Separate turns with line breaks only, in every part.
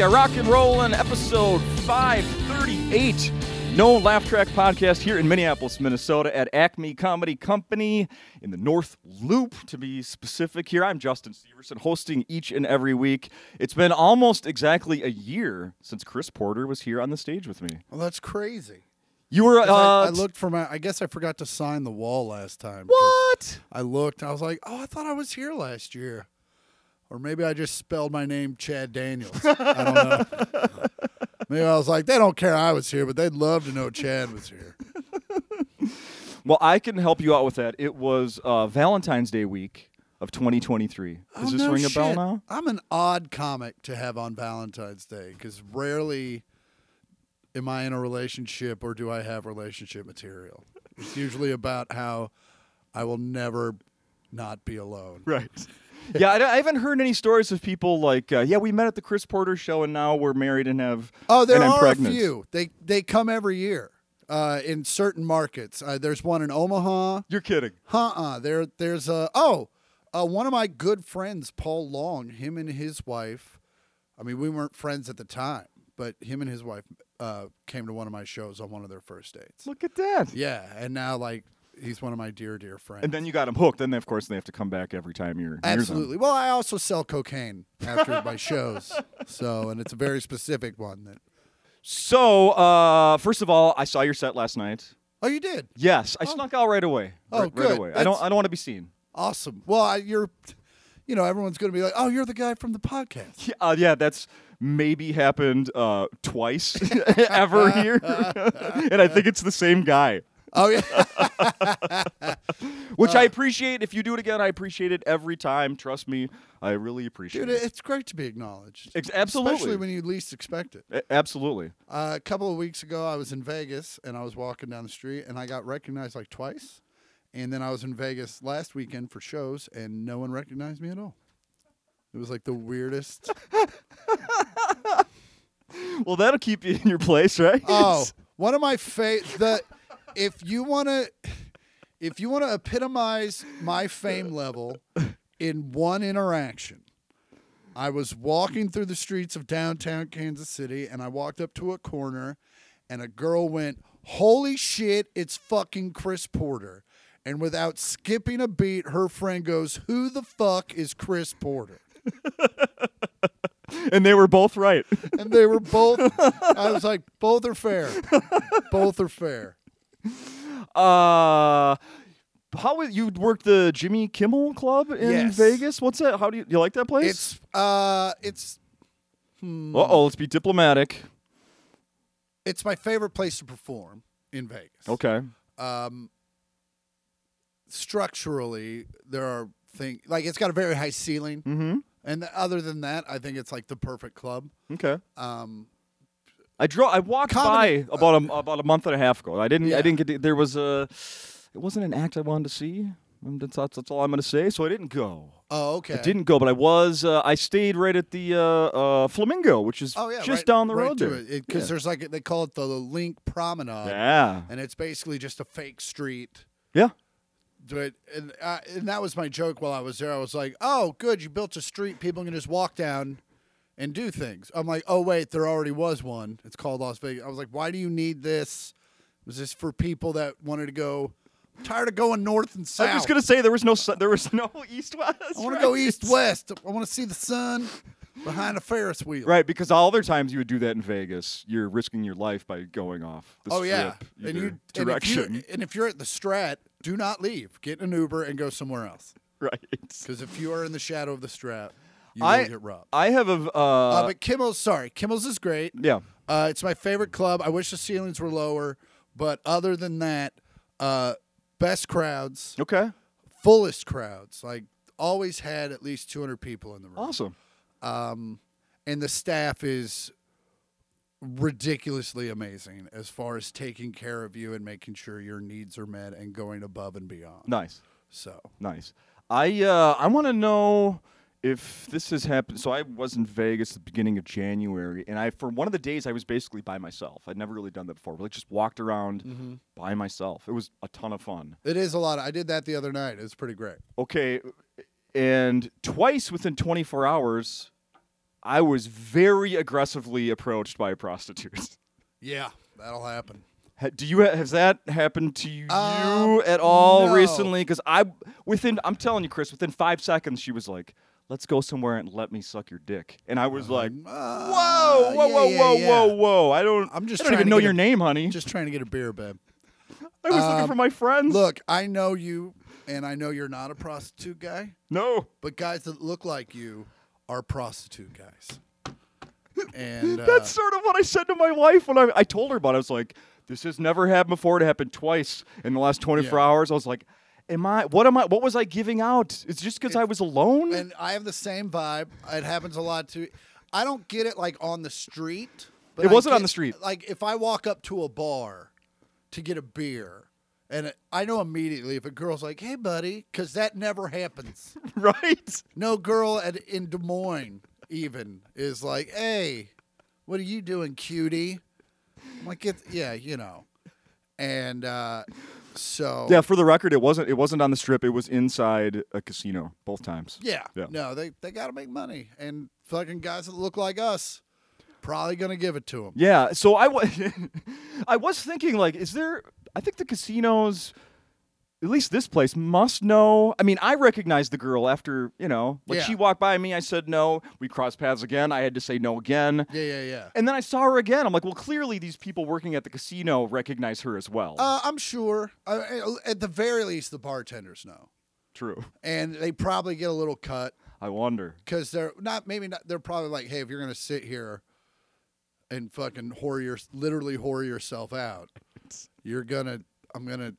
a rock and rollin' episode 538. No Laugh Track podcast here in Minneapolis, Minnesota at Acme Comedy Company in the North Loop, to be specific here. I'm Justin Severson, hosting each and every week. It's been almost exactly a year since Chris Porter was here on the stage with me.
Well, that's crazy.
You were, uh,
'Cause I, I looked for my. I guess I forgot to sign the wall last time.
what?
'cause I looked and I was like, oh, I thought I was here last year, or maybe I just spelled my name Chad Daniels. I don't know. maybe I was like, they don't care I was here, but they'd love to know Chad was here.
Well, I can help you out with that. It was uh, Valentine's Day week of 2023. Does
Oh,
this
no
ring a bell
shit.
now?
I'm an odd comic to have on Valentine's Day because rarely am I in a relationship or do I have relationship material. It's usually about how I will never not be alone.
Right. yeah, I, I haven't heard any stories of people like, uh, yeah, we met at the Chris Porter show and now we're married and have.
Oh, there
and I'm
are
pregnant.
a few. They they come every year uh, in certain markets. Uh, there's one in Omaha.
You're kidding.
Uh-uh. There there's a oh, uh, one of my good friends, Paul Long. Him and his wife. I mean, we weren't friends at the time, but him and his wife uh, came to one of my shows on one of their first dates.
Look at that.
Yeah, and now like he's one of my dear dear friends.
And then you got them hooked. Then, they, of course, they have to come back every time you're. near them.
Absolutely. Well, I also sell cocaine after my shows. So, and it's a very specific one that
So, uh, first of all, I saw your set last night.
Oh, you did.
Yes, I snuck out right away.
Oh,
right, right
good.
away. I don't.
That's-
I don't want to be seen.
Awesome. Well, I, you're, you know, everyone's going to be like, oh, you're the guy from the podcast.
Yeah, uh, yeah, that's maybe happened uh, twice ever here, and I think it's the same guy.
Oh, yeah.
Which
Uh.
I appreciate. If you do it again, I appreciate it every time. Trust me, I really appreciate
Dude,
it.
it's great to be acknowledged.
Ex- absolutely.
Especially when you least expect it.
A- absolutely.
Uh, a couple of weeks ago, I was in Vegas and I was walking down the street and I got recognized like twice. And then I was in Vegas last weekend for shows and no one recognized me at all. It was like the weirdest.
Well, that'll keep you in your place, right?
Oh, one of my favorite. The if you want to, if you want to epitomize my fame level in one interaction, I was walking through the streets of downtown Kansas City, and I walked up to a corner, and a girl went, "Holy shit! It's fucking Chris Porter." And without skipping a beat, her friend goes, "Who the fuck is Chris Porter?"
and they were both right.
And they were both. I was like, "Both are fair. Both are fair."
Uh, how would you work the Jimmy Kimmel Club in
Yes.
Vegas? What's that? How do you, you like that place?
It's uh, it's
uh oh, let's be diplomatic.
it's my favorite place to perform in Vegas.
Okay.
Um, structurally, there are things like it's got a very high ceiling,
Mm-hmm.
and other than that, I think it's like the perfect club.
Okay.
Um,
I draw. I walked
Comedy-
by about a about a month and a half ago. I didn't. I
Yeah.
didn't get. To, there was a. It wasn't an act I wanted to see. Um, That's, that's, that's all I'm gonna say. So I didn't go.
oh, okay.
I didn't go, but I was. Uh, I stayed right at the uh, uh, Flamingo, which is
Oh yeah,
just
right-
down the
right
road
to
there.
it because there's like they call it the Link Promenade,
yeah.
and it's basically just a fake street.
Yeah.
But and uh, and that was my joke while I was there. I was like, "Oh, good, you built a street people can just walk down and do things." I'm like, "Oh wait, there already was one. It's called Las Vegas." I was like, "Why do you need this? Was this for people that wanted to go? I'm tired of going north and south.
I was gonna say there was no su- there was no east west.
I want to go e-, east west. I want to see the sun behind a Ferris wheel."
Right, because all other times you would do that in Vegas, you're risking your life by going off. The
Oh yeah,
strip
and
either
you and if
direction.
you and if you're at the Strat, do not leave. Get in an Uber and go somewhere else.
right.
Because if you are in the shadow of the Strat, you
I-
will get robbed.
I have a v- uh,
Uh, but Kimmel's, sorry, Kimmel's is great.
yeah.
Uh, it's my favorite club. I wish the ceilings were lower, but other than that, uh, best crowds,
Okay.
fullest crowds. Like always had at least 200 people in the room,
Awesome.
and the staff is ridiculously amazing as far as taking care of you and making sure your needs are met and going above and beyond.
Nice.
So
Nice. I uh, I want to know if this has happened. So I was in Vegas at the beginning of January, and I for one of the days I was basically by myself. I'd never really done that before. Like just walked around by myself. It was a ton of fun.
it is a lot. I did that the other night. It was pretty great.
Okay, and twice within 24 hours, I was very aggressively approached by prostitutes.
Yeah, that'll happen.
Ha- Do you has that happened to you
Um,
at all
no.
recently? Because I within I'm telling you, Chris, within five seconds she was like, "Let's go somewhere and let me suck your dick," and I was like,
Uh,
"Whoa, whoa,
yeah,
whoa,
yeah,
whoa,
yeah.
whoa, whoa! I don't.
I'm just
I don't
trying
even
to
know
get
your
a-
name, honey.
Just trying to get a beer, babe.
I was looking for my friends.
Look, I know you, and I know you're not a prostitute guy,
no,
but guys that look like you are prostitute guys. And uh,
that's sort of what I said to my wife when I I told her about. it. I was like, "This has never happened before. It happened twice in the last 24
Yeah.
hours." I was like. Am I? What am I? What was I giving out? It's just because I was alone.
uh, and I have the same vibe. It happens a lot too. I don't get it like on the street. But
It
I
wasn't on
get-
the street.
Like if I walk up to a bar to get a beer, and it, I know immediately if a girl's like, "Hey, buddy," because that never happens.
right?
No girl at in Des Moines even is like, "Hey, what are you doing, cutie?" I'm like, it's, "Yeah, you know," and uh, so
Yeah, for the record, it wasn't it wasn't on the strip. It was inside a casino both times.
Yeah.
Yeah.
No, they they got to make money, and fucking guys that look like us probably gonna give it to them.
Yeah, so I was I was thinking like is there I think the casinos at least this place must know. I mean, I recognized the girl after, you know, like
Yeah.
she walked by me, I said no, we crossed paths again. I had to say no again.
Yeah, yeah, yeah.
And then I saw her again. I'm like, well, clearly these people working at the casino recognize her as well.
Uh, I'm sure. I- I, at the very least, the bartenders know,
True.
and they probably get a little cut
I wonder.
because they're not. Maybe not. They're probably like, hey, if you're gonna sit here and fucking whore your, literally whore yourself out, you're gonna. I'm gonna.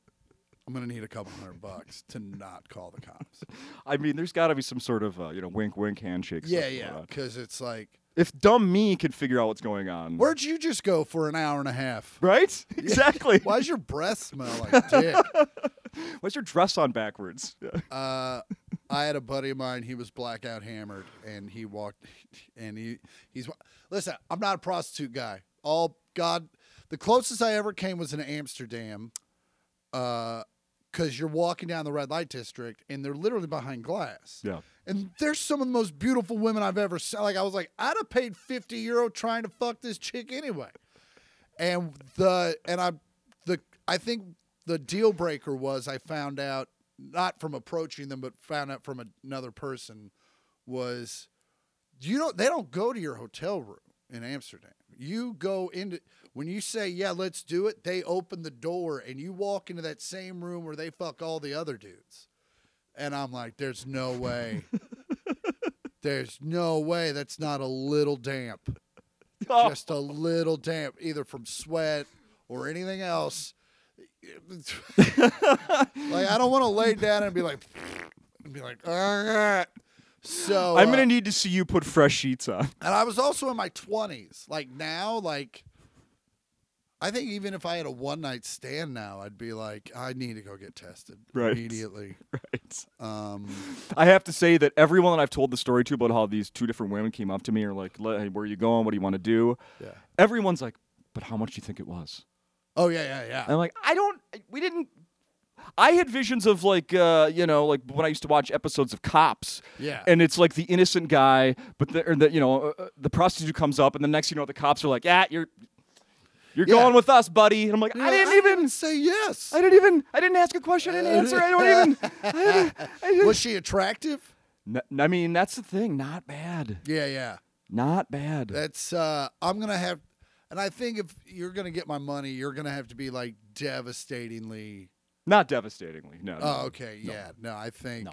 I'm gonna need a couple hundred bucks to not call the cops.
I mean, there's got to be some sort of, uh, you know, wink wink handshake.
yeah,
stuff going
yeah.
on.
Because it's like,
If dumb me could figure out what's going on.
where'd you just go for an hour and a half?
Right? Exactly.
Why does your breath smell like dick?
Why's your dress on backwards?
Uh, I had a buddy of mine. He was blackout hammered, and he walked, and he he's listen. I'm not a prostitute guy. All God, the closest I ever came was in Amsterdam, because you're walking down the red light district, and they're literally behind glass.
Yeah.
And there's some of the most beautiful women I've ever seen. Like I was like, I'd have paid 50 euro trying to fuck this chick anyway. And the and I the I think the deal breaker was I found out not from approaching them, but found out from another person was you don't they don't go to your hotel room in Amsterdam. You go into when you say, Yeah, let's do it, they open the door and you walk into that same room where they fuck all the other dudes. And I'm like, There's no way. There's no way that's not a little damp.
Oh,
Just a little damp, either from sweat or anything else. like I don't want to lay down and be like and be like, all right. So
I'm
uh,
gonna need to see you put fresh sheets on.
and I was also in my twenties. Like now, like I think even if I had a one night stand now, I'd be like, I need to go get tested
Right.
immediately.
Right.
Um,
I have to say that everyone that I've told the story to about how these two different women came up to me are like, "Le- "Hey, where are you going? What do you want to do?"
yeah.
Everyone's like, "But how much do you think it was?"
Oh yeah, yeah, yeah.
I'm like, "I don't. We didn't." I had visions of like, uh, you know, like when I used to watch episodes of Cops,
Yeah.
and it's like the innocent guy, but the, or the you know, uh, uh, the prostitute comes up, and the next thing you know, the cops are like, "Yeah, you're, you're
Yeah.
going with us, buddy." And I'm like,
You're
"I
like,
didn't even
say yes.
I didn't even. I didn't ask a question. I didn't answer. I don't even. I didn't, I didn't.
Was she attractive?
N- I mean, that's the thing. Not bad.
Yeah, yeah.
Not bad.
That's uh I'm gonna have and I think if you're gonna get my money, you're gonna have to be like devastatingly
not devastatingly. No. no,
Oh, okay, yeah. No, I think
no,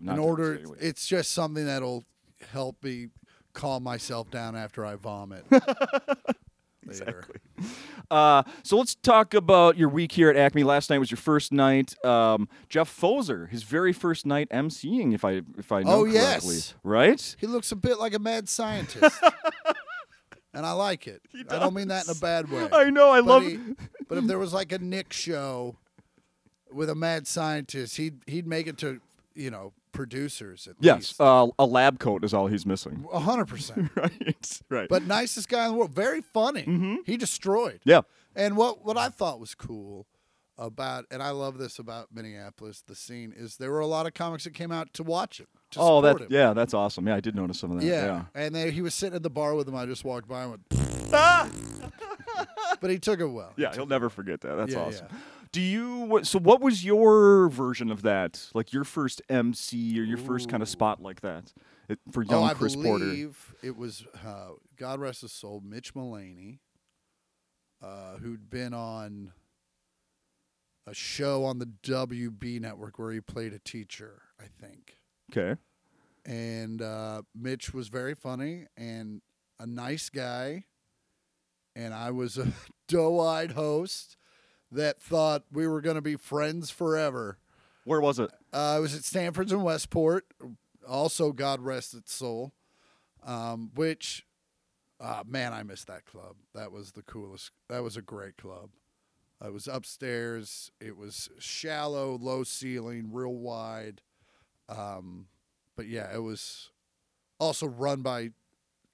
not
in order
devastatingly.
it's just something that'll help me calm myself down after I vomit. Later.
Uh, so let's talk about your week here at Acme. Last night was your first night. Um, Jeff Foser, his very first night emceeing, if I if I know
Oh,
correctly,
yes.
right?
He looks a bit like a mad scientist. and I like it. I don't mean that in a bad way.
I know. I
but
love.
he- but if there was like a Nick show with a mad scientist, he'd he'd make it to, you know, producers at
yes,
least.
uh, a lab coat is all he's missing.
A hundred percent.
right. Right.
But nicest guy in the world. Very funny. He destroyed.
Mm-hmm. yeah.
And what what I thought was cool about and I love this about Minneapolis, the scene, is there were a lot of comics that came out to watch it. to
Oh,
support
that
him.
yeah, that's awesome. Yeah, I did notice some of that.
Yeah.
Yeah.
And then he was sitting at the bar with him. I just walked by and went, but he took it well.
Yeah, he'll never forget that. That's
Yeah,
awesome.
yeah.
Do you what so what was your version of that? Like your first MC or your first kind of spot like that it, for
Oh,
young
I
Chris Porter?
believe it was, uh, God rest his soul, Mitch Mullaney, uh, who'd been on a show on the WB network where he played a teacher, I think.
Okay.
and uh, Mitch was very funny and a nice guy, and I was a doe-eyed host that thought we were going to be friends forever.
Where was it?
Uh, I was at Stanford's in Westport, also God rest its soul, um, which, uh, man, I missed that club. That was the coolest. That was a great club. It was upstairs. It was shallow, low ceiling, real wide. Um, but yeah, it was also run by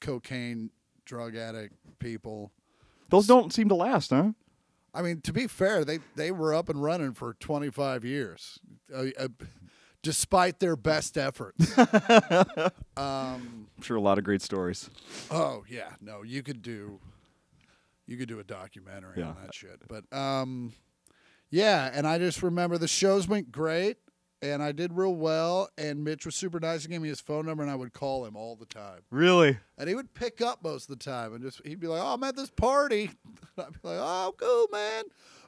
cocaine, drug addict people.
Those don't seem to last, huh?
I mean, to be fair, they they were up and running for 25 years, uh, uh, despite their best efforts. um,
I'm sure a lot of great stories.
oh yeah, no, you could do, you could do a documentary on
Yeah.
that shit. But um, yeah, and I just remember the shows went great, and I did real well. And Mitch was super nice. He gave me his phone number, and I would call him all the time.
Really?
And he would pick up most of the time and just he'd be like, Oh, I'm at this party. And I'd be like, Oh, cool, man.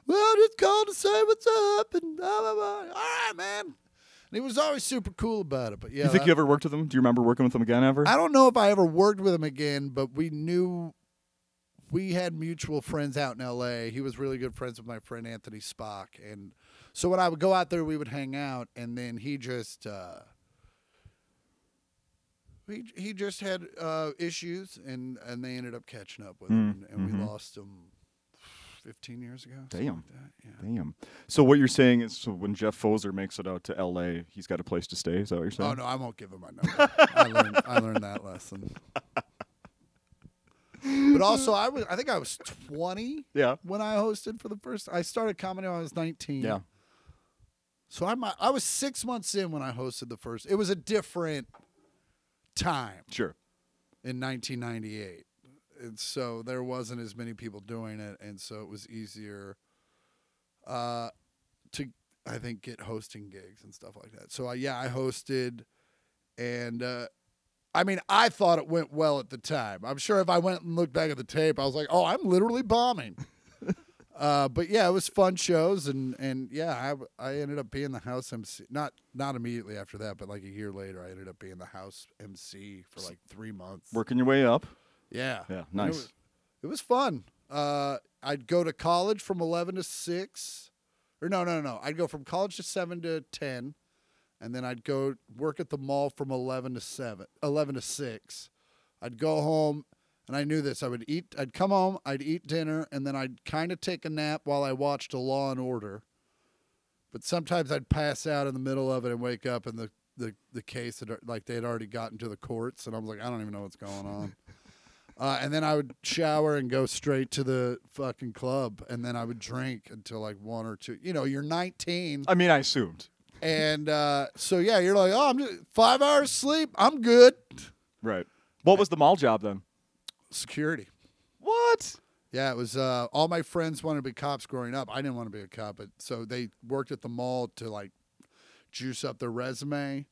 Well, I just called to say what's up and blah blah blah. All right, man. And he was always super cool about it. But yeah,
you think
that-
you ever worked with them? Do you remember working with them again ever?
I don't know if I ever worked with him again, but we knew we had mutual friends out in LA. He was really good friends with my friend Anthony Spock. And so when I would go out there, we would hang out, and then he just. Uh, he, he just had uh, issues and, and they ended up catching up with him
Mm,
and, we
mhm.
lost him 15 years ago. something
Damn.
like that, yeah.
Damn. So what you're saying is so when Jeff Foser makes it out to LA, he's got a place to stay, is that what you're saying?
Oh no, I won't give him my number. I learned I learned that lesson. But also, I was I think I was 20
Yeah.
when I hosted for the first. I started comedy when I was 19.
Yeah.
So I might, I was six months in when I hosted the first. It was a different time
Sure.
in 1998, and so there wasn't as many people doing it, and so it was easier uh, to I think get hosting gigs and stuff like that. So I, yeah, I hosted, and uh, I mean I thought it went well at the time. I'm sure if I went and looked back at the tape, I was like, oh, I'm literally bombing. Uh, but yeah, it was fun shows, and and yeah, I I ended up being the house MC. Not not immediately after that, but like a year later, I ended up being the house MC for like three months.
Working your way up.
Yeah.
Yeah,
And
nice.
It was, it was fun. Uh, I'd go to college from 11 to 6. Or no, no, no. I'd go from college to 7 to 10. And then I'd go work at the mall from 11 to 7, 11 to 6. I'd go home and I knew this. I would eat, I'd come home, I'd eat dinner, and then I'd kind of take a nap while I watched a Law and Order. But sometimes I'd pass out in the middle of it and wake up and the, the, the case had like they'd already gotten to the courts and I was like, I don't even know what's going on. Uh, and then I would shower and go straight to the fucking club, and then I would drink until like one or two. You know, you're 19,
I mean, I assumed.
and uh, so yeah, you're like, oh, I'm just five hours sleep, I'm good.
Right. What was the mall job then?
Security.
What?
Yeah, it was. Uh, all my friends wanted to be cops growing up. I didn't want to be a cop, but so they worked at the mall to like juice up their resume,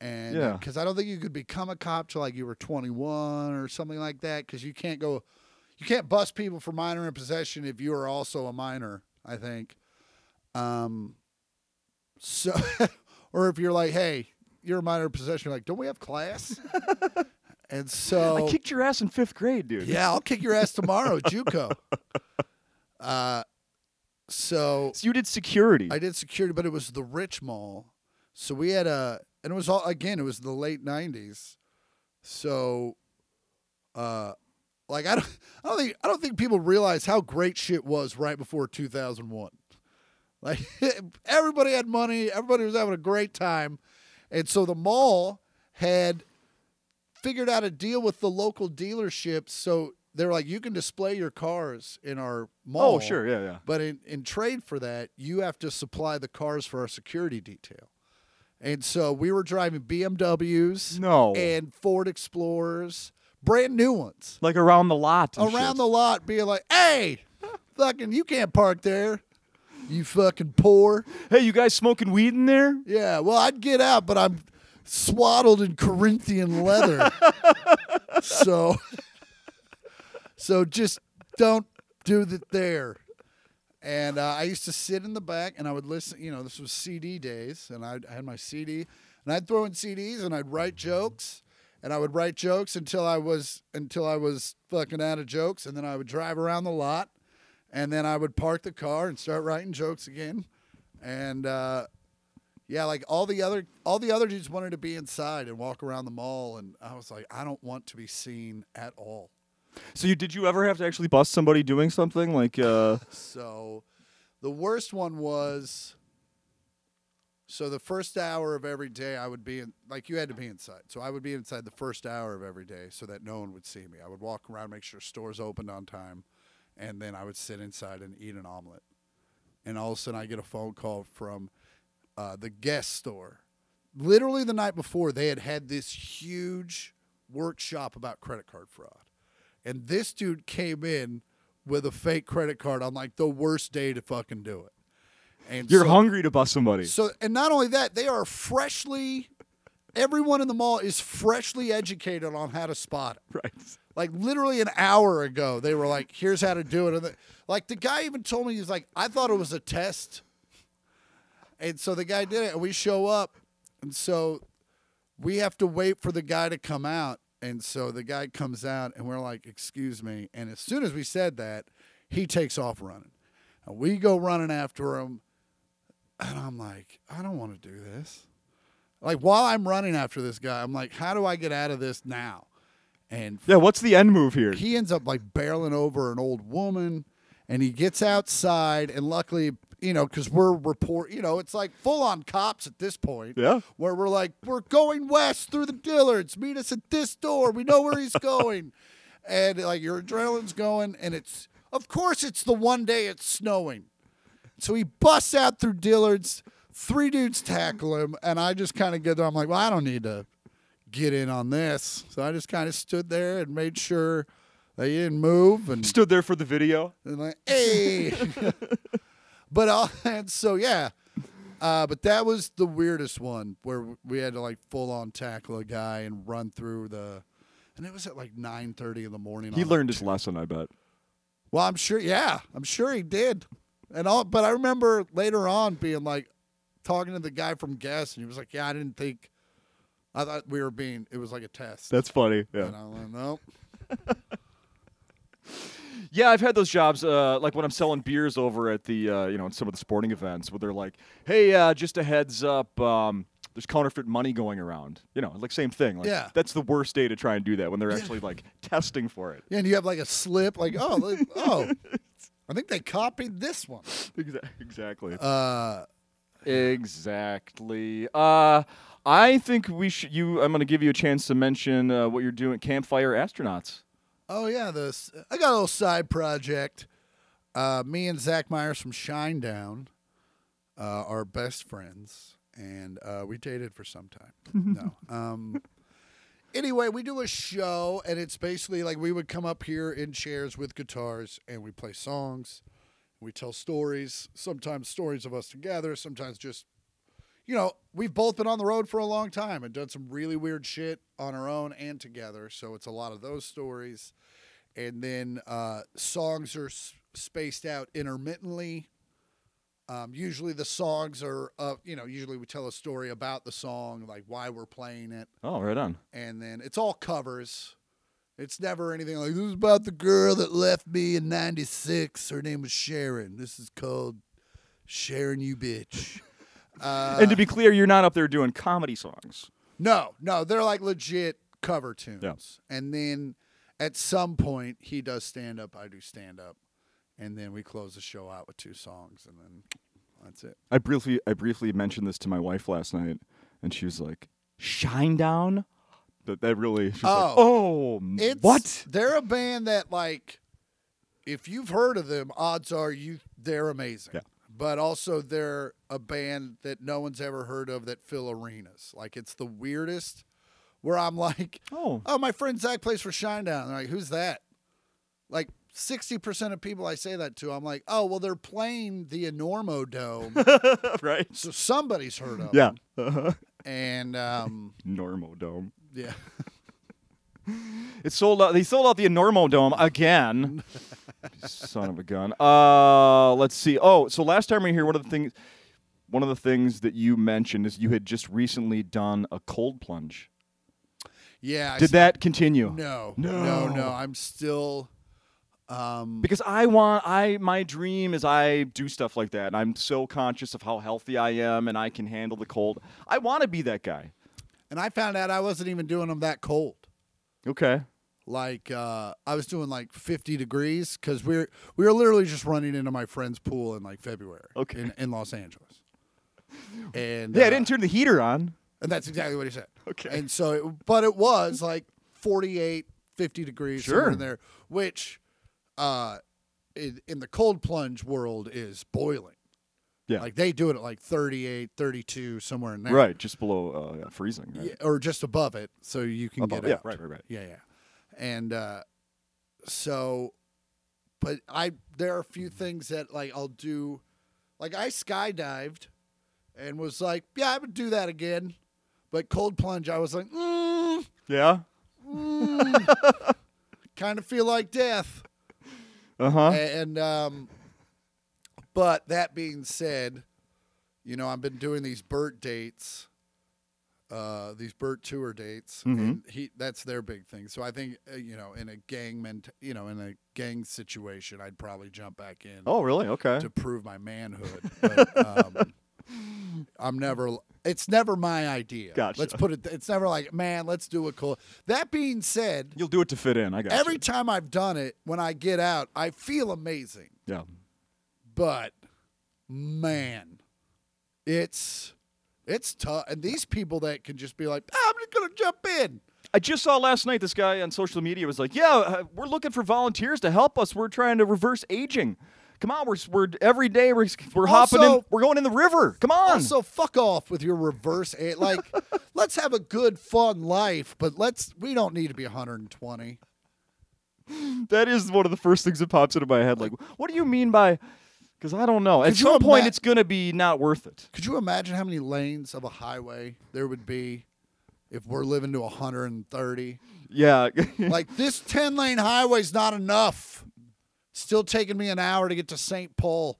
and
Yeah.
because I don't think you could become a cop till like you were 21 or something like that, because you can't go, you can't bust people for minor in possession if you are also a minor. I think, um, so or if you're like, hey, you're a minor in possession, you're like, don't we have class? and so
I kicked your ass in fifth grade, dude.
yeah, I'll kick your ass tomorrow, JUCO. Uh, so
So you did security.
I did security, but it was the Rich Mall. So we had a, and it was all again, it was the late '90s. So, uh, like I don't, I don't think, I don't think people realize how great shit was right before 2001. Like everybody had money, everybody was having a great time, and so the mall had figured out a deal with the local dealerships. So they're like, you can display your cars in our mall.
oh, sure. Yeah, yeah.
But in, in trade for that, you have to supply the cars for our security detail. And so we were driving BMWs
No.
and Ford Explorers, brand new ones,
Like around the lot. and
around
Oh, shit.
the lot, being like, hey, fucking, you can't park there. You fucking poor.
Hey, you guys smoking weed in there?
Yeah, well, I'd get out, but I'm swaddled in Corinthian leather. so, so just don't do that there. And uh, I used to sit in the back and I would listen. You know, this was CD days, and I'd, I had my CD, and I'd throw in CDs and I'd write jokes, and I would write jokes until I was until I was fucking out of jokes, and then I would drive around the lot, and then I would park the car and start writing jokes again, and uh, yeah, like all the other all the other dudes wanted to be inside and walk around the mall, and I was like, I don't want to be seen at all.
So you did you ever have to actually bust somebody doing something like uh
So, the worst one was. So the first hour of every day, I would be in, like you had to be inside. So I would be inside the first hour of every day, so that no one would see me. I would walk around, make sure stores opened on time, and then I would sit inside and eat an omelet. And all of a sudden, I get a phone call from uh, the guest store. Literally the night before, they had had this huge workshop about credit card fraud. And this dude came in with a fake credit card on like the worst day to fucking do it. And
you're
so-
hungry to bust somebody?
so, and not only that, they are freshly. Everyone in the mall is freshly educated on how to spot it.
right.
Like literally an hour ago, they were like, "Here's how to do it." And the, like the guy even told me he's like, "I thought it was a test," and so the guy did it. And we show up, and so we have to wait for the guy to come out. And so the guy comes out, and we're like, "Excuse me." And as soon as we said that, he takes off running, and we go running after him. And I'm like, "I don't want to do this." Like while I'm running after this guy, I'm like, "How do I get out of this now?" And
Yeah, what's the end move here?
he ends up like barreling over an old woman and he gets outside and luckily you know because we're report you know it's like full on cops at this point
Yeah.
where we're like we're going west through the dillards meet us at this door we know where he's going and like your adrenaline's going and it's of course it's the one day it's snowing so he busts out through dillard's three dudes tackle him and i just kind of get there i'm like well i don't need to get in on this. So I just kind of stood there and made sure they didn't move and,
Stood there for the video.
and like, hey. but all and so yeah. Uh, but that was the weirdest one where we had to like full on tackle a guy and run through the, and it was at like nine thirty in the morning.
He
on a-
learned his lesson, I bet.
Well, I'm sure. Yeah, I'm sure he did. And all, but I remember later on being like talking to the guy from Guess, and he was like, "Yeah, I didn't think. I thought we were being. It was like a test."
That's funny. Yeah.
And I'm like, "Nope."
Yeah, I've had those jobs, uh, like when I'm selling beers over at the, uh, you know, in some of the sporting events, where they're like, "Hey, uh, just a heads up, um, there's counterfeit money going around." You know, like same thing. Like,
Yeah.
That's the worst day to try and do that when they're actually like testing for it.
Yeah, and you have like a slip, like oh, like, oh, I think they copied this one.
Exa- Exactly.
Uh,
exactly. Uh, I think we should. You, I'm going to give you a chance to mention uh, what you're doing, Campfire Astronauts.
oh yeah, this I got a little side project. Uh, me and Zach Myers from Shinedown uh, are best friends, and uh, we dated for some time. no. Um, anyway, we do a show, and it's basically like we would come up here in chairs with guitars, and we play songs. We tell stories, sometimes stories of us together, sometimes just you know, we've both been on the road for a long time and done some really weird shit on our own and together. So it's a lot of those stories. And then uh, songs are s- spaced out intermittently. Um, usually the songs are, uh, you know, usually we tell a story about the song, like why we're playing it.
Oh, right on.
And then it's all covers. It's never anything like, this is about the girl that left me in 96. Her name was Sharon. This is called Sharon, you bitch. Uh,
and to be clear, you're not up there doing comedy songs.
No, no, they're like legit cover tunes.
Yeah.
And then at some point he does stand up, I do stand up, and then we close the show out with two songs and then that's it.
I briefly I briefly mentioned this to my wife last night, and she was like, "Shine down." That that really. She was like, oh m-
It's
what?
They're a band that like if you've heard of them, odds are you they're amazing.
Yeah.
but also they're a band that no one's ever heard of that fill arenas. Like it's the weirdest. Where I'm like,
Oh.
oh, my friend Zach plays for Shinedown. They're like, who's that? Like sixty percent of people I say that to, I'm like, oh, well, they're playing the Enormo Dome,
right?
so somebody's heard of.
Yeah.
them.
Uh-huh.
and um,
Normo Dome.
yeah,
It sold out. They sold out the Enormo Dome again. Son of a gun. Uh, let's see. Oh, so last time we were here, one of the things, one of the things that you mentioned is you had just recently done a cold plunge.
yeah. I
Did that continue?
No,
No.
no, no. I'm still. Um,
Because I want, I my dream is I do stuff like that, and I'm so conscious of how healthy I am, and I can handle the cold. I want to be that guy.
and I found out I wasn't even doing them that cold.
Okay.
Like uh, I was doing like 50 degrees because we're we were literally just running into my friend's pool in like February.
Okay.
In, in Los Angeles. And
Yeah, I
uh,
didn't turn the heater on.
And that's exactly what he said.
Okay.
And so, it, but it was like 48, 50 degrees somewhere
Sure.
in there, which uh, in, in the cold plunge world is boiling.
Yeah.
Like they do it at like 38, 32, somewhere in there.
Right, just below uh, yeah, freezing. Right?
Yeah, or just above it so you can
Above
get
it.
it.
Yeah, right, right, right.
Yeah, yeah. And uh, so, but I, there are a few things that like I'll do. Like I skydived and was like, yeah, I would do that again. But cold plunge, I was like, mm,
Yeah.
kind of feel like death.
Uh huh.
And um, but that being said, you know I've been doing these Bert dates, uh, these Bert tour dates, and
Mm-hmm.
he that's their big thing. So I think uh, you know in a gang ment- you know in a gang situation, I'd probably jump back in
Oh, really? Okay.
to prove my manhood. But, um, I'm never. It's never my idea.
Gotcha.
Let's put it. It's never like, man, let's do a cool. That being said,
You'll do it to fit in. I got
Every time I've done it, when I get out, I feel amazing.
Yeah.
But man, it's it's tough. And these people that can just be like, "Ah, I'm just gonna jump in.
I just saw last night this guy on social media was like, "Yeah, uh, we're looking for volunteers to help us. We're trying to reverse aging. Come on, we're we're every day we're we're hopping in.
Also-
We're going in the river. Come on."
Also, fuck off with your reverse a Like, let's have a good, fun life, but let's we don't need to be 120.
that is one of the first things that pops into my head. Like, what do you mean by? Because I don't know. At
Could you
some point,
ima-
it's gonna be not worth it.
Could you imagine how many lanes of a highway there would be if we're living to 130?
Yeah.
like this 10 lane highway's not enough still taking me an hour to get to st paul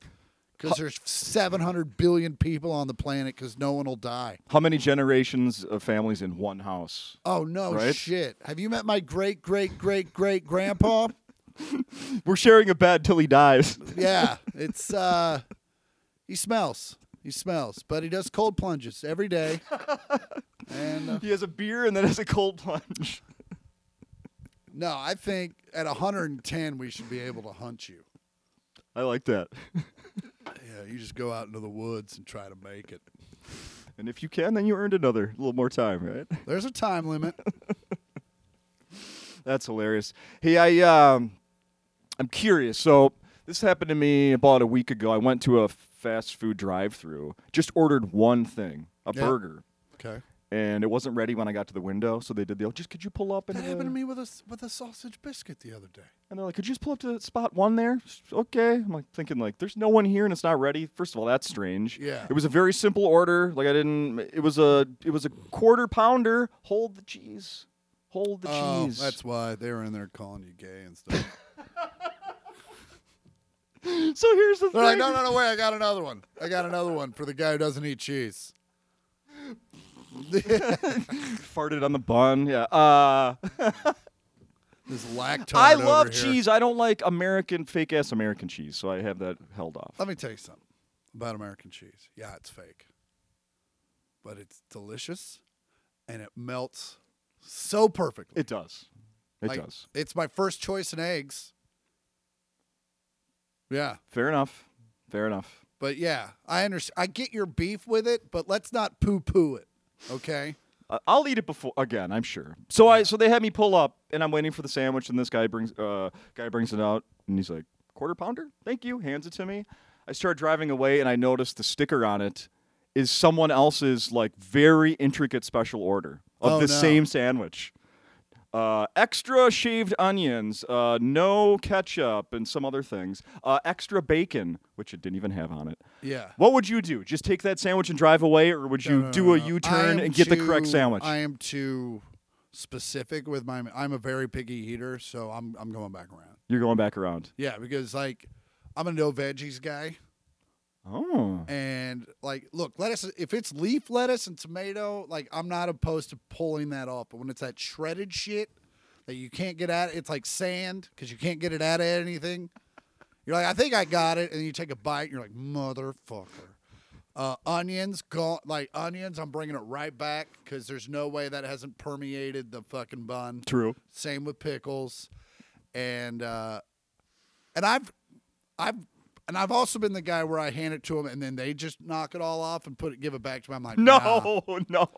because there's 700 billion people on the planet because no one will die
How many generations of families in one house?
oh no
Right?
shit have you met my great great great great grandpa
We're sharing a bed till he dies.
yeah it's uh he smells he smells but he does cold plunges every day and uh,
he has a beer and then has a cold plunge.
no i think at 110 we should be able to hunt you
I like that.
yeah you just go out into the woods and try to make it
And if you can, then you earned another little more time, right?
there's a time limit
That's hilarious. Hey, I um, I'm curious. So this happened to me about a week ago. I went to a fast food drive-through, just ordered one thing, a
Yeah.
burger,
okay
and it wasn't ready when I got to the window. So they did the oh, just could you pull up and
That happened
uh,"
to me with a s- with a sausage biscuit the other day.
And they're like, could you just pull up to spot one there? Okay. I'm like thinking like, there's no one here and it's not ready. First of all, that's strange.
Yeah.
It was a very simple order. Like I didn't. It was a it was a quarter pounder. Hold the cheese. Hold the cheese.
Oh, that's why they were in there calling you gay and stuff.
so here's the
They're
thing.
like, no, no, no, wait, I got another one. I got another one for the guy who doesn't eat cheese.
farted on the bun. Yeah. Uh,
This lactose.
I love
over here.
cheese. I don't like American fake ass American cheese, so I have that held off.
Let me tell you something about American cheese. Yeah, it's fake, but it's delicious, and it melts so perfectly.
It does. It
Like,
does.
It's my first choice in eggs. Yeah.
Fair enough. Fair enough.
But yeah, I understand. I get your beef with it, but let's not poo-poo it. Okay.
I- I'll eat it before again. I'm sure. So I so they had me pull up, and I'm waiting for the sandwich, and this guy brings uh guy brings it out, and he's like quarter pounder, thank you, hands it to me. I started driving away and I noticed the sticker on it is someone else's like very intricate special order of
Oh,
the
no.
same sandwich. Uh, extra shaved onions, uh, no ketchup, and some other things. Uh, extra bacon, which it didn't even have on it.
Yeah.
What would you do? Just take that sandwich and drive away, or would you
No, no,
do
no,
a
no.
U
I
turn
am
and get the correct
Uh, too-
sandwich?
I am too specific with my. I'm a very picky eater, so I'm I'm going back around.
You're going back around.
Yeah, because like I'm a no veggies guy,
Oh.
and like look lettuce if it's leaf lettuce and tomato, like I'm not opposed to pulling that off. But when it's that shredded shit that you can't get at, it's like sand because you can't get it out of anything. You're like, I think I got it, and you take a bite, and you're like, motherfucker. Uh, onions, gone. Like onions, I'm bringing it right back because there's no way that hasn't permeated the fucking bun.
True.
Same with pickles, and uh, and I've I've and I've also been the guy where I hand it to them and then they just knock it all off and put it give it back to me. I'm like, nah,
No, no.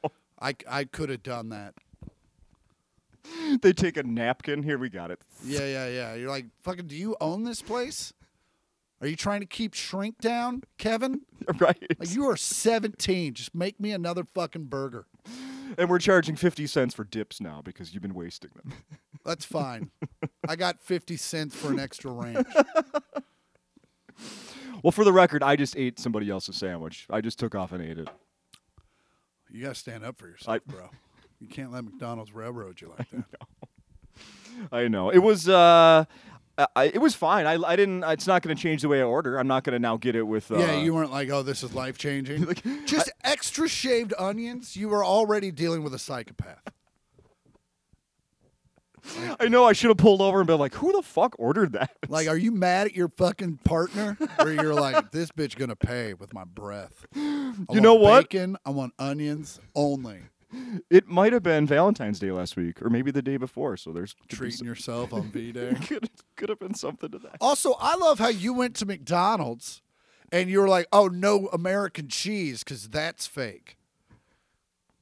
I I could have done that.
They take a napkin. Here we got it.
Yeah, yeah, yeah. You're like, fucking, do you own this place? Are you trying to keep shrink down, Kevin?
Right.
Like you are 17. Just make me another fucking burger.
And we're charging 50 cents for dips now because you've been wasting them.
That's fine. I got 50 cents for an extra ranch.
Well, for the record, I just ate somebody else's sandwich. I just took off and ate it.
You gotta stand up for yourself,
I-
bro. You can't let McDonald's railroad you like that.
I know. It was uh I- I, it was fine. I, I didn't it's not going to change the way I order. I'm not going to now get it with uh,
Yeah, you weren't like, oh, this is life changing. Just extra shaved onions. You were already dealing with a psychopath.
I know I should have pulled over and been like, "Who the fuck ordered that?"
Like, are you mad at your fucking partner? Or you're like, this bitch gonna pay with my breath. I want
know what?
Bacon. I want onions only.
It might have been Valentine's Day last week, or maybe the day before. So there's could be
Treating
some-
yourself on V Day.
could, could have been something to that.
Also, I love how you went to McDonald's and you were like, oh, no American cheese because that's fake.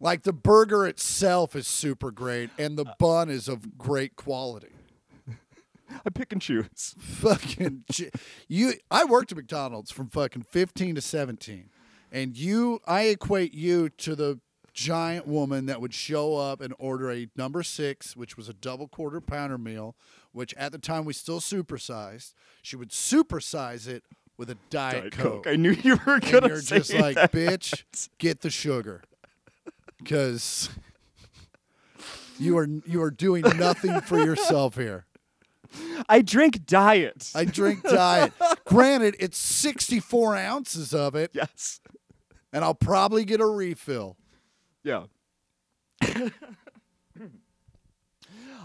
Like the burger itself is super great and the bun is of great quality. Oh.
I pick and choose.
fucking chi- you I worked at McDonald's from fucking 15 to 17 and you I equate you to the giant woman that would show up and order a number 6 which was a double quarter pounder meal which at the time we still supersized she would supersize it with a diet,
Diet
coke,
Coke. I knew you were
and
gonna
you're
say
just like
that.
bitch get the sugar cuz you are you are doing nothing for yourself here
I drink diet.
I drink diet. Granted, it's 64 ounces of it,
yes.
and I'll probably get a refill.
Yeah.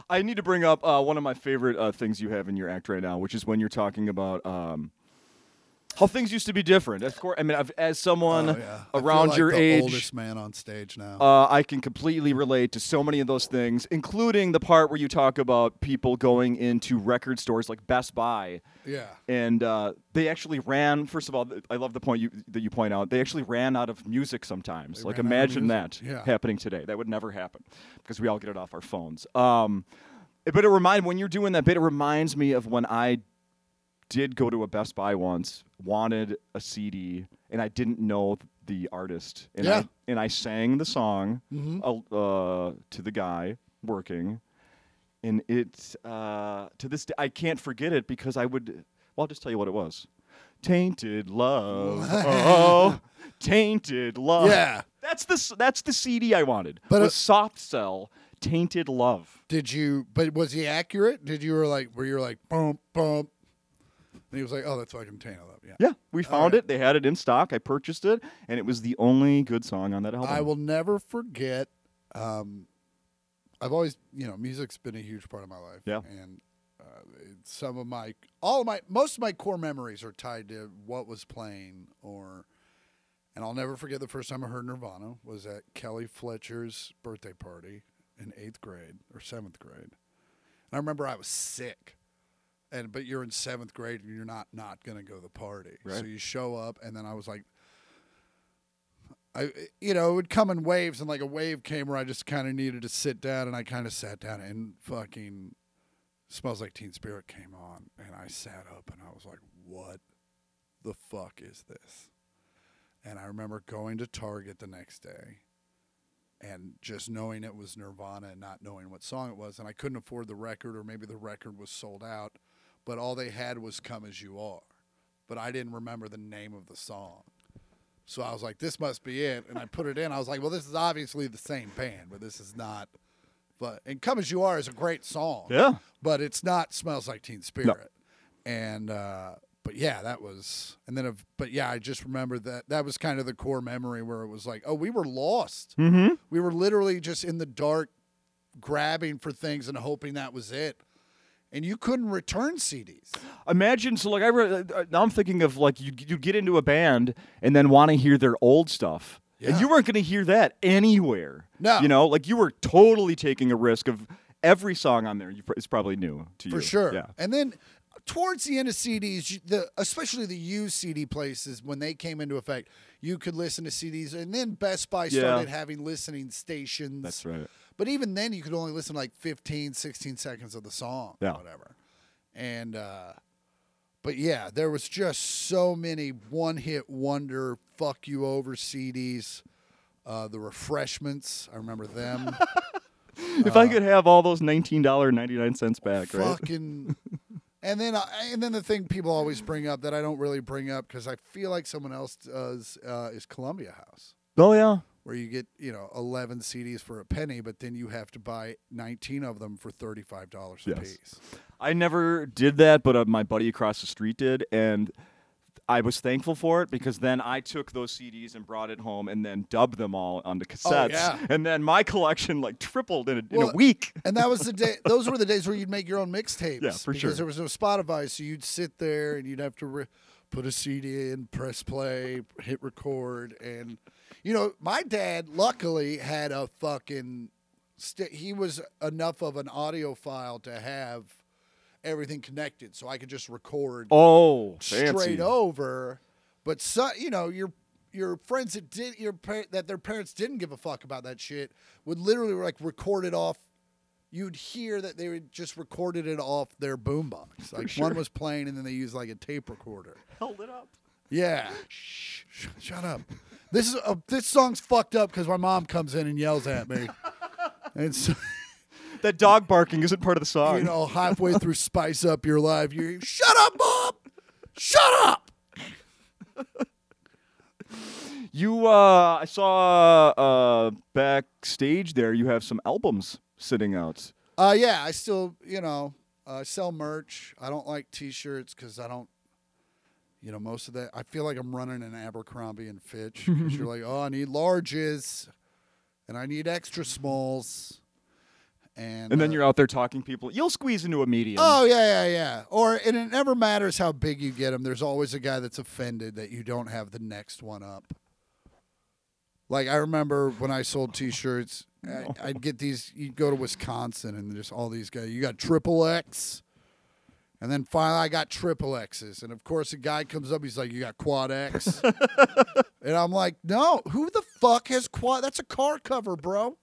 I need to bring up uh, one of my favorite uh, things you have in your act right now, which is when you're talking about um, how things used to be different. Of course, I mean, I've, as someone
Oh, yeah. I feel
around
like
your
the
age,
oldest man on stage now.
uh, I can completely relate to so many of those things, including the part where you talk about people going into record stores like Best Buy
yeah.
and uh, they actually ran. First of all, th- I love the point you, that you point out. They actually ran out of music sometimes. like,
ran out of
imagine that
music? Yeah.
happening today. That would never happen because we all get it off our phones. Um, but it remind when you're doing that bit, it reminds me of when I did go to a Best Buy once, wanted a CD, and I didn't know the artist, and
Yeah. Mm-hmm.
I and I sang the song uh, to the guy working and it's uh, to this day I can't forget it because I would. Well, I'll just tell you what it was. Tainted love, oh, tainted love.
Yeah.
that's the s- that's the CD I wanted.
But,
But
uh,
a soft sell, tainted love.
Did you? But was he accurate? Did you were like were you like bump bump? And he was like, oh, that's fucking Tana Love. Yeah.
Yeah, we found
right.
it. They had it in stock. I purchased it, and it was the only good song on that album.
I will never forget. Um, I've always, you know, music's been a huge part of my life.
Yeah.
And uh, it's some of my, all of my, most of my core memories are tied to what was playing or, and I'll never forget the first time I heard Nirvana was at Kelly Fletcher's birthday party in eighth grade or seventh grade. And I remember I was sick. And, but you're in seventh grade and you're not not going to go to the party. So
Right.
you show up, and then I was like, I, you know, it would come in waves, and like a wave came where I just kind of needed to sit down, and I kind of sat down, and fucking smells like Teen Spirit came on, and I sat up, and I was like, what the fuck is this? And I remember going to Target the next day and just knowing it was Nirvana and not knowing what song it was. And I couldn't afford the record, or maybe the record was sold out, but all they had was Come As You Are. But I didn't remember the name of the song. So I was like, this must be it. And I put it in. I was like, well, this is obviously the same band, but this is not. But and Come As You Are is a great song
Yeah.
but it's not smells like teen spirit and uh but yeah that was and then of but yeah i just remember that that was kind of the core memory where it was like oh we were lost
Mm-hmm.
we were literally just in the dark grabbing for things and hoping that was it and you couldn't return cds
Imagine so like I re- uh, now I'm thinking of like you you get into a band and then want to hear their old stuff. And
Yeah.
you weren't going to hear that anywhere.
No.
You know, like you were totally taking a risk of every song on there. You pr- it's probably new to you.
for sure
Yeah.
and then towards the end of cds you- the especially the used cd places when they came into effect you could listen to cds and then best buy
Yeah.
started having listening stations
That's right.
But even then, you could only listen to like 15, 16 seconds of the song,
Yeah.
or whatever. And, uh, but yeah, there was just so many one hit wonder, fuck you over CDs. Uh, the refreshments, I remember them.
if
Uh-huh.
I could have all those $19.99 back, right?
fucking. And then, I, and then the thing people always bring up that I don't really bring up because I feel like someone else does uh, is Columbia House,
Oh yeah.
where you get you know eleven CDs for a penny, but then you have to buy nineteen of them for thirty five dollars a
Yes.
piece.
I never did that, but uh, my buddy across the street did, and I was thankful for it because then I took those CDs and brought it home and then dubbed them all onto cassettes,
Oh, yeah.
and then my collection like tripled in a, in
Well,
a week.
And that was the day. Those were the days where you'd make your own mixtapes.
Yeah, for
because
sure.
there was no Spotify, so you'd sit there and you'd have to re- put a CD in, press play, hit record, and you know, my dad luckily had a fucking. St- he was enough of an audiophile to have everything connected, so I could just record
Oh, fancy.
straight over. But so, you know, your your friends that did your par- that their parents didn't give a fuck about that shit would literally like record it off. You'd hear that they would just recorded it off their boombox. Like
sure.
one was playing, and then they used like a tape recorder.
Held it up.
Yeah. Shh. sh- Shut up. This is a, this song's fucked up because my mom comes in and yells at me, and so
That dog barking isn't part of the song.
you know halfway through spice up your life, you shut up, mom. Shut up.
You, uh, I saw uh, backstage there. You have some albums sitting out.
Uh, yeah, I still, you know, uh, sell merch. I don't like T-shirts because I don't, you know, most of that. I feel like I'm running an Abercrombie and Fitch because you're like, oh, I need larges, and I need extra smalls, and
And then
uh,
you're out there talking people. You'll squeeze into a medium.
Oh yeah, yeah, yeah. Or and it never matters how big you get them. There's always a guy that's offended that you don't have the next one up. Like I remember when I sold T-shirts, I, I'd get these. You'd go to Wisconsin and there's all these guys. You got triple X, and then finally I got triple X's, and of course a guy comes up. He's like, "You got quad X," and I'm like, "No, who the fuck has quad? That's a car cover, bro."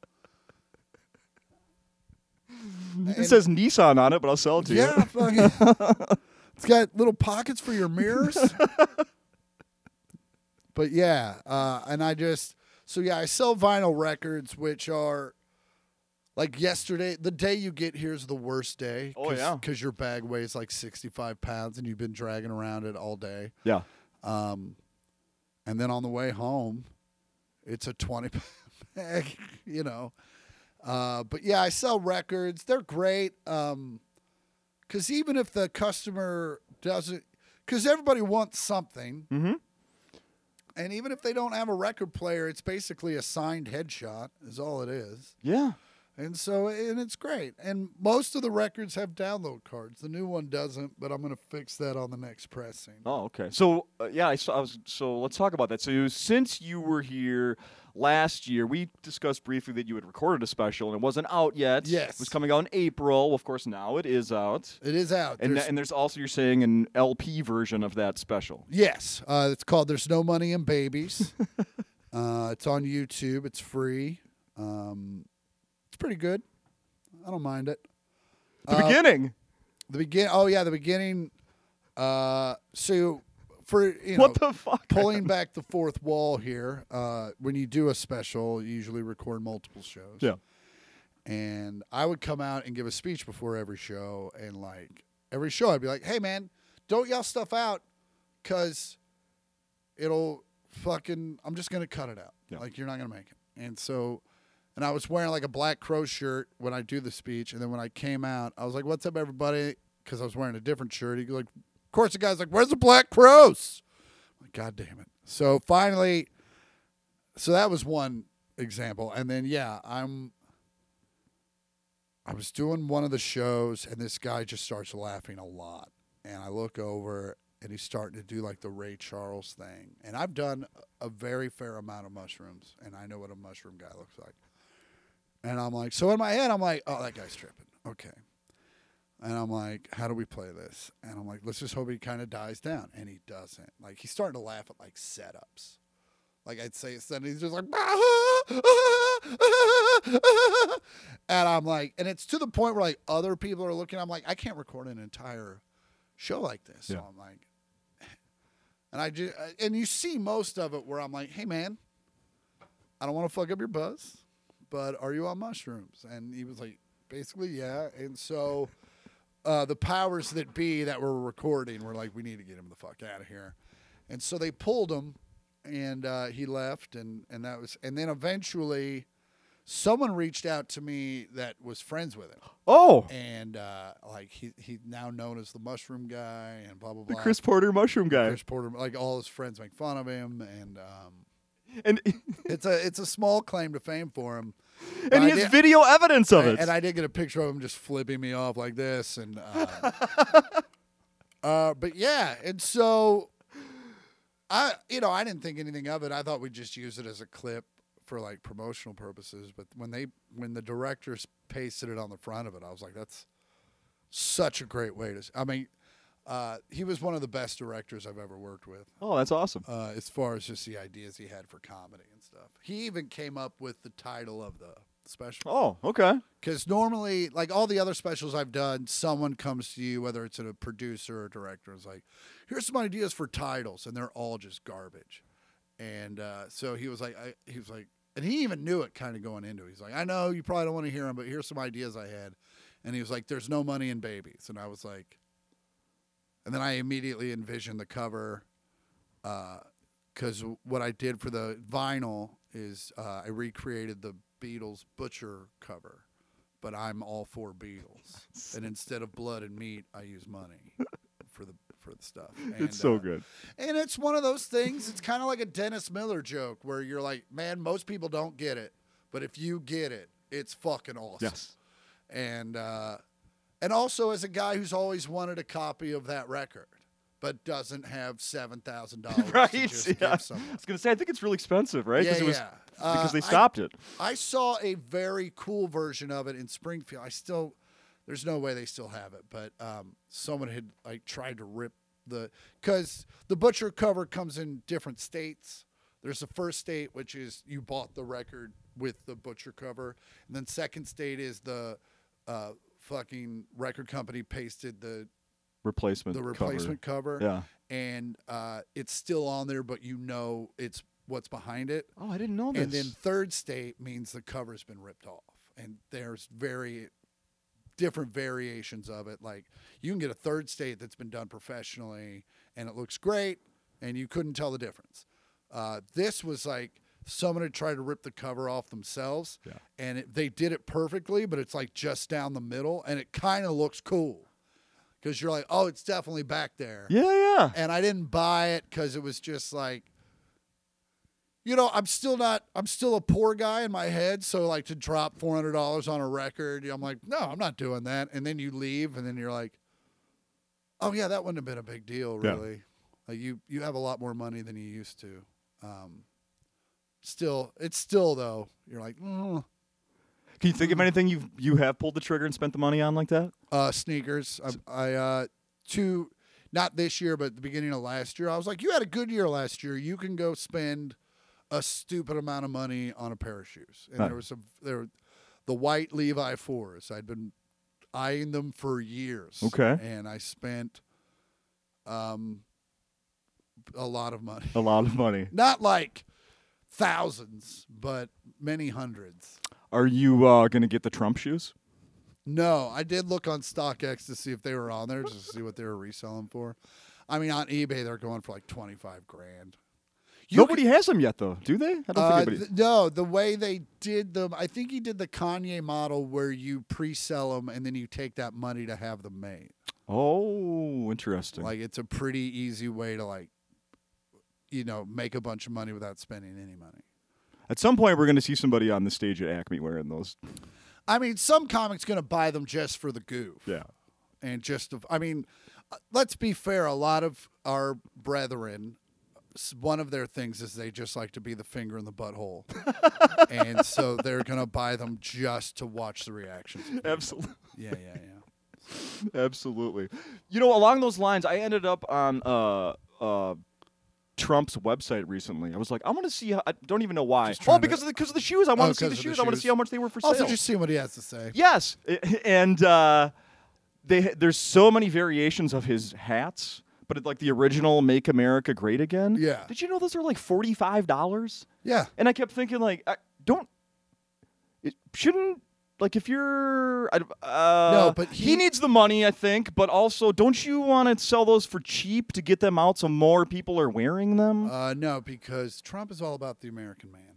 it says Nissan on it, but I'll sell it to you.
Yeah, fucking- it's got little pockets for your mirrors. but yeah, uh, and I just so yeah, I sell vinyl records, which are like yesterday. The day you get here is the worst day.
Oh, yeah.
because your bag weighs like sixty five pounds, and you've been dragging around it all day.
Yeah.
Um, and then on the way home, it's a 20 pound bag, you know. Uh, but yeah, I sell records. They're great. Um, cause even if the customer doesn't, cause everybody wants something.
Mm-hmm.
And even if they don't have a record player, it's basically a signed headshot, is all it is.
Yeah.
And so, and it's great. And most of the records have download cards. The new one doesn't, but I'm going to fix that on the next pressing.
Oh, okay. So uh, yeah, I saw. I was, so let's talk about that. So since you were here last year, we discussed briefly that you had recorded a special and it wasn't out yet.
Yes.
it was coming out in April. Well, of course, now it is out.
It is out.
And,
There's-
th- and there's also you're saying an LP version of that special.
Yes, uh, it's called "There's No Money in Babies." uh, it's on YouTube. It's free. Um, it's pretty good. I don't mind it.
The
Uh,
beginning.
The begin. Oh yeah, the beginning. Uh, so, for you know,
What the fuck?
pulling back the fourth wall here. Uh, when you do a special, you usually record multiple shows.
Yeah.
And I would come out and give a speech before every show, and like every show, I'd be like, "Hey, man, don't yell stuff out, cause it'll fucking. I'm just gonna cut it out.
Yeah.
Like you're not gonna make it." And so, and I was wearing like a black crow shirt when I do the speech, and then when I came out, I was like, "What's up, everybody?" Because I was wearing a different shirt. He was like, "Of course, the guy's like, where's the black crows?" God damn it. So finally, so that was one example. And then, yeah, I'm, I was doing one of the shows and this guy just starts laughing a lot. And I look over and he's starting to do like the Ray Charles thing. And I've done a very fair amount of mushrooms and I know what a mushroom guy looks like. And I'm like, so in my head, I'm like, oh, that guy's tripping. Okay. And I'm like, how do we play this? And I'm like, let's just hope he kind of dies down. And he doesn't. Like, he's starting to laugh at like setups. Like, I'd say something, he's just like, and I'm like, and it's to the point where like other people are looking. I'm like, I can't record an entire show like this.
Yeah.
So I'm like, and I just, and you see most of it where I'm like, hey, man, I don't want to fuck up your buzz, but are you on mushrooms? And he was like, basically, yeah. And so uh, the powers that be that were recording were like, we need to get him the fuck out of here. And so they pulled him and uh, he left. And, and that was, and then eventually someone reached out to me that was friends with him.
Oh,
And uh, like, he, he's now known as the mushroom guy and blah, blah,
the
blah.
Chris Porter mushroom guy.
Chris Porter, like all his friends make fun of him, and um,
And
it's a it's a small claim to fame for him.
and he
I
has
did-
video evidence of
I-
it.
And I did get a picture of him just flipping me off like this, and uh, uh, but yeah, and so I, you know, I didn't think anything of it. I thought we'd just use it as a clip for like promotional purposes. But when they when the directors pasted it on the front of it, I was like, that's such a great way to. s- I mean, uh, he was one of the best directors I've ever worked with
oh, that's awesome.
uh, as far as just the ideas he had for comedy and stuff. He even came up with the title of the special.
Oh, okay.
Because normally, like all the other specials I've done, someone comes to you, whether it's a producer or director, and is like, here's some ideas for titles, and they're all just garbage. And uh, so he was like, I, he was like, and he even knew it kind of going into it. He's like, I know you probably don't want to hear them, but here's some ideas I had. And he was like, there's no money in babies. And I was like, and then I immediately envisioned the cover because what I did for the vinyl is uh, I recreated the Beatles Butcher cover, but I'm all for Beatles, and instead of blood and meat, I use money for the for the stuff. And,
it's so
uh,
good.
and it's one of those things. It's kind of like a Dennis Miller joke where you're like, man, most people don't get it, but if you get it, it's fucking awesome
Yes.
and uh, and also as a guy who's always wanted a copy of that record, but doesn't have seven thousand dollars
Right.
to just
yeah. I
give someone.
was gonna say I think it's really expensive, right?
Yeah,
it was
yeah.
because
Uh,
they
I-
stopped it.
I saw a very cool version of it in Springfield. I still, there's no way they still have it, but um, someone had like tried to rip the because the butcher cover comes in different states. There's the first state which is you bought the record with the butcher cover, and then second state is the uh, fucking record company pasted the
Replacement.
the
cover.
replacement cover,
Yeah.
and uh, it's still on there, but you know it's what's behind it.
Oh, I didn't know this.
And then third state means the cover's been ripped off. And there's very different variations of it. Like you can get a third state that's been done professionally and it looks great and you couldn't tell the difference. Uh, this was like someone had tried to rip the cover off themselves
Yeah.
and it, they did it perfectly, but it's like just down the middle and it kind of looks cool because you're like, oh, it's definitely back there
yeah, yeah.
and I didn't buy it because it was just like, you know, I'm still not, I'm still a poor guy in my head. So like to drop four hundred dollars on a record, I'm like, no, I'm not doing that. And then you leave, and then you're like, oh yeah, that wouldn't have been a big deal,
Yeah.
really. Like you, you have a lot more money than you used to. Um, still, it's still though. You're like, mm.
Can you
Hmm.
think of anything you you have pulled the trigger and spent the money on like that?
uh, sneakers. I, I uh, two, not this year, but at the beginning of last year, I was like, you had a good year last year. You can go spend a stupid amount of money on a pair of shoes. And
Right.
there was some there, were the white Levi fours. I'd been eyeing them for years.
Okay.
and I spent, um, a lot of money.
A lot of money.
Not like thousands, but many hundreds.
Are you uh, going to get the Trump shoes?
No, I did look on StockX to see if they were on there, just to see what they were reselling for. I mean, on eBay they're going for like twenty five grand. You
Nobody has them yet, though, do they? I don't
Uh,
think anybody.
th- no, the way they did them, I think he did the Kanye model where you pre-sell them and then you take that money to have them made.
oh, interesting.
Like it's a pretty easy way to like, you know, make a bunch of money without spending any money.
At some point, we're going to see somebody on the stage at Acme wearing those.
I mean, some comics gonna buy them just for the goof
Yeah.
and just. to- I mean, uh, let's be fair. A lot of our brethren, s- one of their things is they just like to be the finger in the butthole, and so they're gonna buy them just to watch the reactions. of people.
Absolutely.
Yeah, yeah, yeah.
Absolutely. You know, along those lines, I ended up on uh, uh, Trump's website recently. I was like, I want to see. How, I don't even know why.
Just
Oh,
trying to-
because of the, because of the shoes. I want
Oh,
to see
'cause
the
of the
shoes. I want to
shoes.
see how much they were for
Also,
sale.
just see what he has to say.
Yes, I- and uh, they there's so many variations of his hats, but it, like the original "Make America Great Again."
Yeah.
Did you know those are like forty five dollars?
Yeah.
And I kept thinking, like, I don't it shouldn't like if you're I, uh,
No, but he-
needs the money, I think. But also, don't you want to sell those for cheap to get them out so more people are wearing them?
Uh, no, because Trump is all about the American man,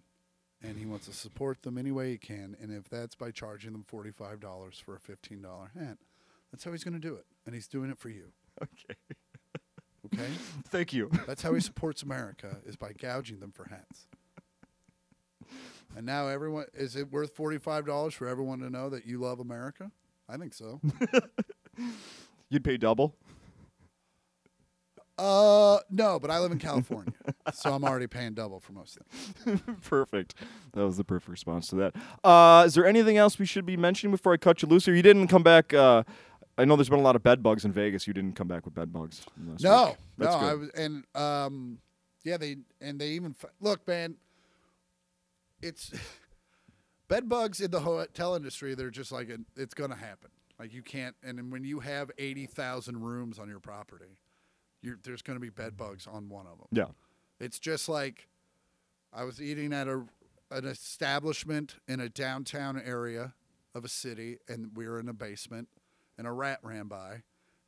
and he wants to support them any way he can. And if that's by charging them forty-five dollars for a fifteen-dollar hat, that's how he's going to do it, and he's doing it for you.
okay,
Okay,
thank you.
that's how he supports America is by gouging them for hats. And now everyone is it worth forty-five dollars for everyone to know that you love America? I think so.
You'd pay double.
uh, no, but I live in California, so I'm already paying double for most things.
perfect. That was the perfect response to that. Uh, is there anything else we should be mentioning before I cut you loose? Or you didn't come back. Uh, I know there's been a lot of bed bugs in Vegas. You didn't come back with bed bugs. last
No,
week. that's
no, I
good.
was, and um, yeah, they and they even fi- look, man. It's bed bugs in the hotel industry. They're just like an, it's gonna happen. Like you can't, and then when you have eighty thousand rooms on your property, you're, there's gonna be bed bugs on one of them.
yeah.
It's just like I was eating at a an establishment in a downtown area of a city, and we were in a basement, and a rat ran by,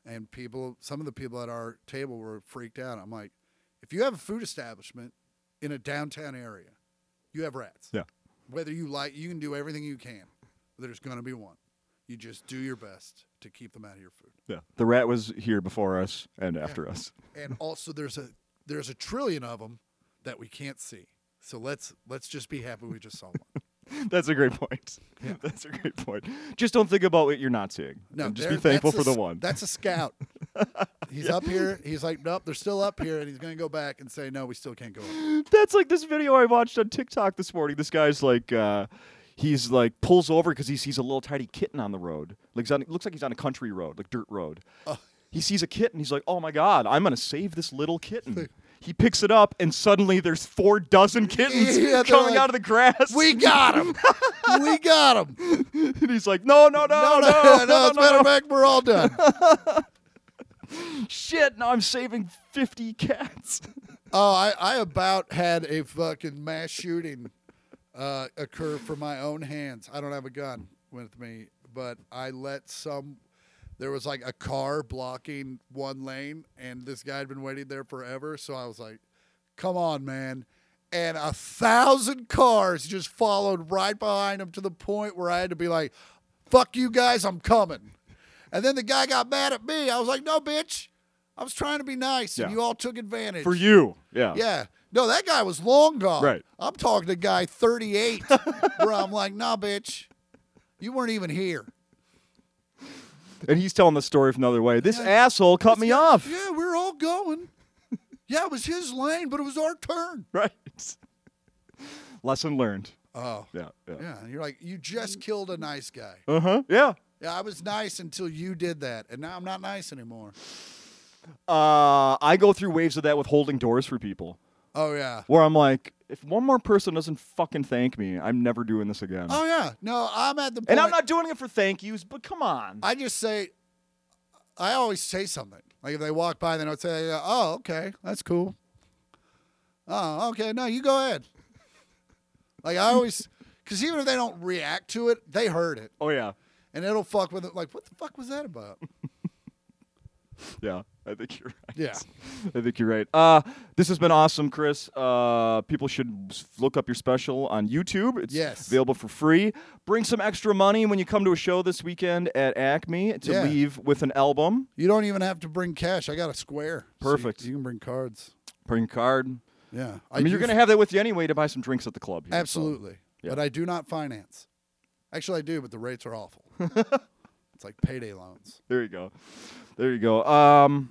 and people, some of the people at our table were freaked out. I'm like, if you have a food establishment in a downtown area, you have rats.
Yeah.
Whether you like, you can do everything you can. There's going to be one. You just do your best to keep them out of your food.
Yeah. The rat was here before us and after us.
and also there's a there's a trillion of them that we can't see. So let's let's just be happy we just saw one.
That's a great point. That's a great point. Just don't think about what you're not seeing.
No,
and just
there-
be thankful
that's
for the
a s-
one.
That's a scout. He's up here. He's like, nope, they're still up here, and he's gonna go back and say, no, we still can't go up.
That's like this video I watched on TikTok this morning. This guy's like, uh, he's like pulls over because he sees a little tiny kitten on the road. Like he's on, looks like he's on a country road, like dirt road.
Oh.
He sees a kitten. He's like, oh my god, I'm gonna save this little kitten. He picks it up, and suddenly there's four dozen kittens
Yeah, they're
coming
like,
out of the grass.
We got him. we got him.
and he's like, no, no, no, no,
no,
no, no,
no, it's matter of fact, we're all done.
Shit, now I'm saving 50 cats.
Oh, I, I about had a fucking mass shooting uh, occur from my own hands. I don't have a gun with me, but I let some. There was like a car blocking one lane, and this guy had been waiting there forever. So I was like, come on, man. And a thousand cars just followed right behind him to the point where I had to be like, fuck you guys, I'm coming. And then the guy got mad at me. I was like, no, bitch. I was trying to be nice, and
Yeah.
you all took advantage.
For you. Yeah.
Yeah. No, that guy was long gone.
Right.
I'm talking to guy 38, where I'm like, nah, bitch, you weren't even here.
And he's telling the story from another way. This asshole cut me off.
Yeah, we were all going. Yeah, it was his lane, but it was our turn.
Right. Lesson learned.
Oh.
Yeah. Yeah.
Yeah. And you're like, you just killed a nice guy.
Uh huh. Yeah.
Yeah, I was nice until you did that, and now I'm not nice anymore.
Uh, I go through waves of that with holding doors for people,
Oh, yeah.
where I'm like, if one more person doesn't fucking thank me, I'm never doing this again.
Oh, yeah. No, I'm at the point.
and I'm not doing it for thank yous, but come on.
I just say, I always say something. Like if they walk by, then I would say, "Oh, okay, that's cool." Oh, okay. No, you go ahead. Like I always, because even if they don't react to it, they heard it,
Oh yeah,
and it'll fuck with it. Like, what the fuck was that about?
yeah. I think you're right.
Yeah.
I think you're right. Uh, this has been awesome, Chris. Uh, people should s- look up your special on YouTube. It's
Yes.
available for free. Bring some extra money when you come to a show this weekend at Acme to
Yeah.
leave with an album.
You don't even have to bring cash. I got a square. So you-
Perfect.
you, can bring cards.
Bring card.
Yeah.
I mean,
do
you're going to
f-
have that with you anyway to buy some drinks at the club. Here, so-
absolutely,
Yeah.
but I do not finance. Actually, I do, but the rates are awful. it's like payday loans.
There you go. There you go. Um,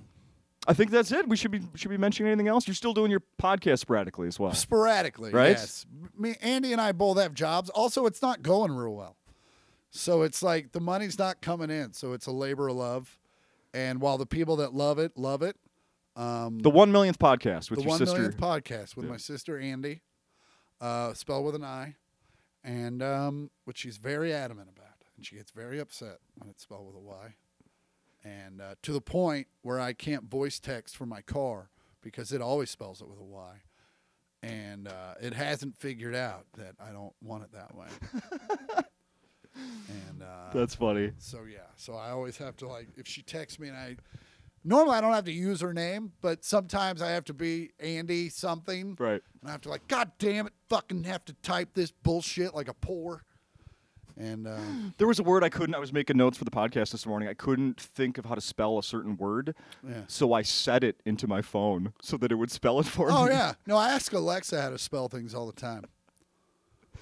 I think that's it. We should be should be mentioning anything else. You're still doing your podcast sporadically as well.
sporadically.
Right?
Yes. Me, Andy and I both have jobs. Also, it's not going real well. So it's like the money's not coming in. So it's a labor of love. And while the people that love it love it, um,
The one millionth podcast with
the
your
one
sister.
millionth podcast with
Yeah.
my sister Andy, uh, spelled with an I, and um, which she's very adamant about, and she gets very upset when it's spelled with a Y, and uh, to the point where I can't voice text from my car because it always spells it with a Y, and uh, it hasn't figured out that I don't want it that way. and uh,
that's funny.
so yeah, so I always have to like if she texts me and I normally I don't have to use her name, but sometimes I have to be Andy something.
Right.
And I have to like, God damn it, fucking have to type this bullshit like a poor. And uh,
There was a word I couldn't. I was making notes for the podcast this morning. I couldn't think of how to spell a certain word,
Yeah.
so I set it into my phone so that it would spell it for
oh
me.
yeah, no, I ask Alexa how to spell things all the time,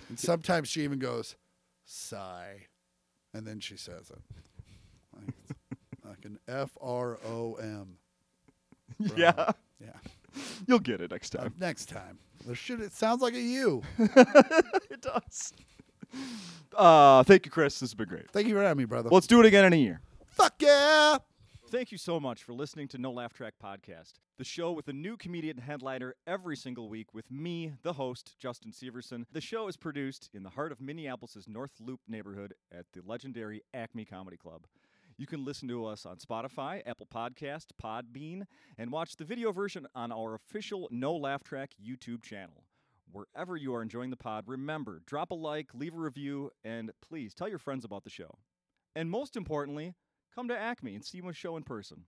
and sometimes she even goes, sigh, and then she says it. Like, like an F R O M. Bro.
yeah.
Yeah.
You'll get it next
Uh,
time.
next time. There should it sounds like a U.
it does. Uh, thank you, Chris. This has been great.
Thank you for having me, brother.
Well, let's do it again in a year.
fuck yeah.
Thank you so much for listening to No Laugh Track Podcast, the show with a new comedian and headliner every single week with me, the host, Justin Severson. The show is produced in the heart of Minneapolis' North Loop neighborhood at the legendary Acme Comedy Club. You can listen to us on Spotify, Apple Podcast, Podbean, and watch the video version on our official No Laugh Track YouTube channel. Wherever you are enjoying the pod, remember, drop a like, leave a review, and please tell your friends about the show. And most importantly, come to Acme and see my show in person.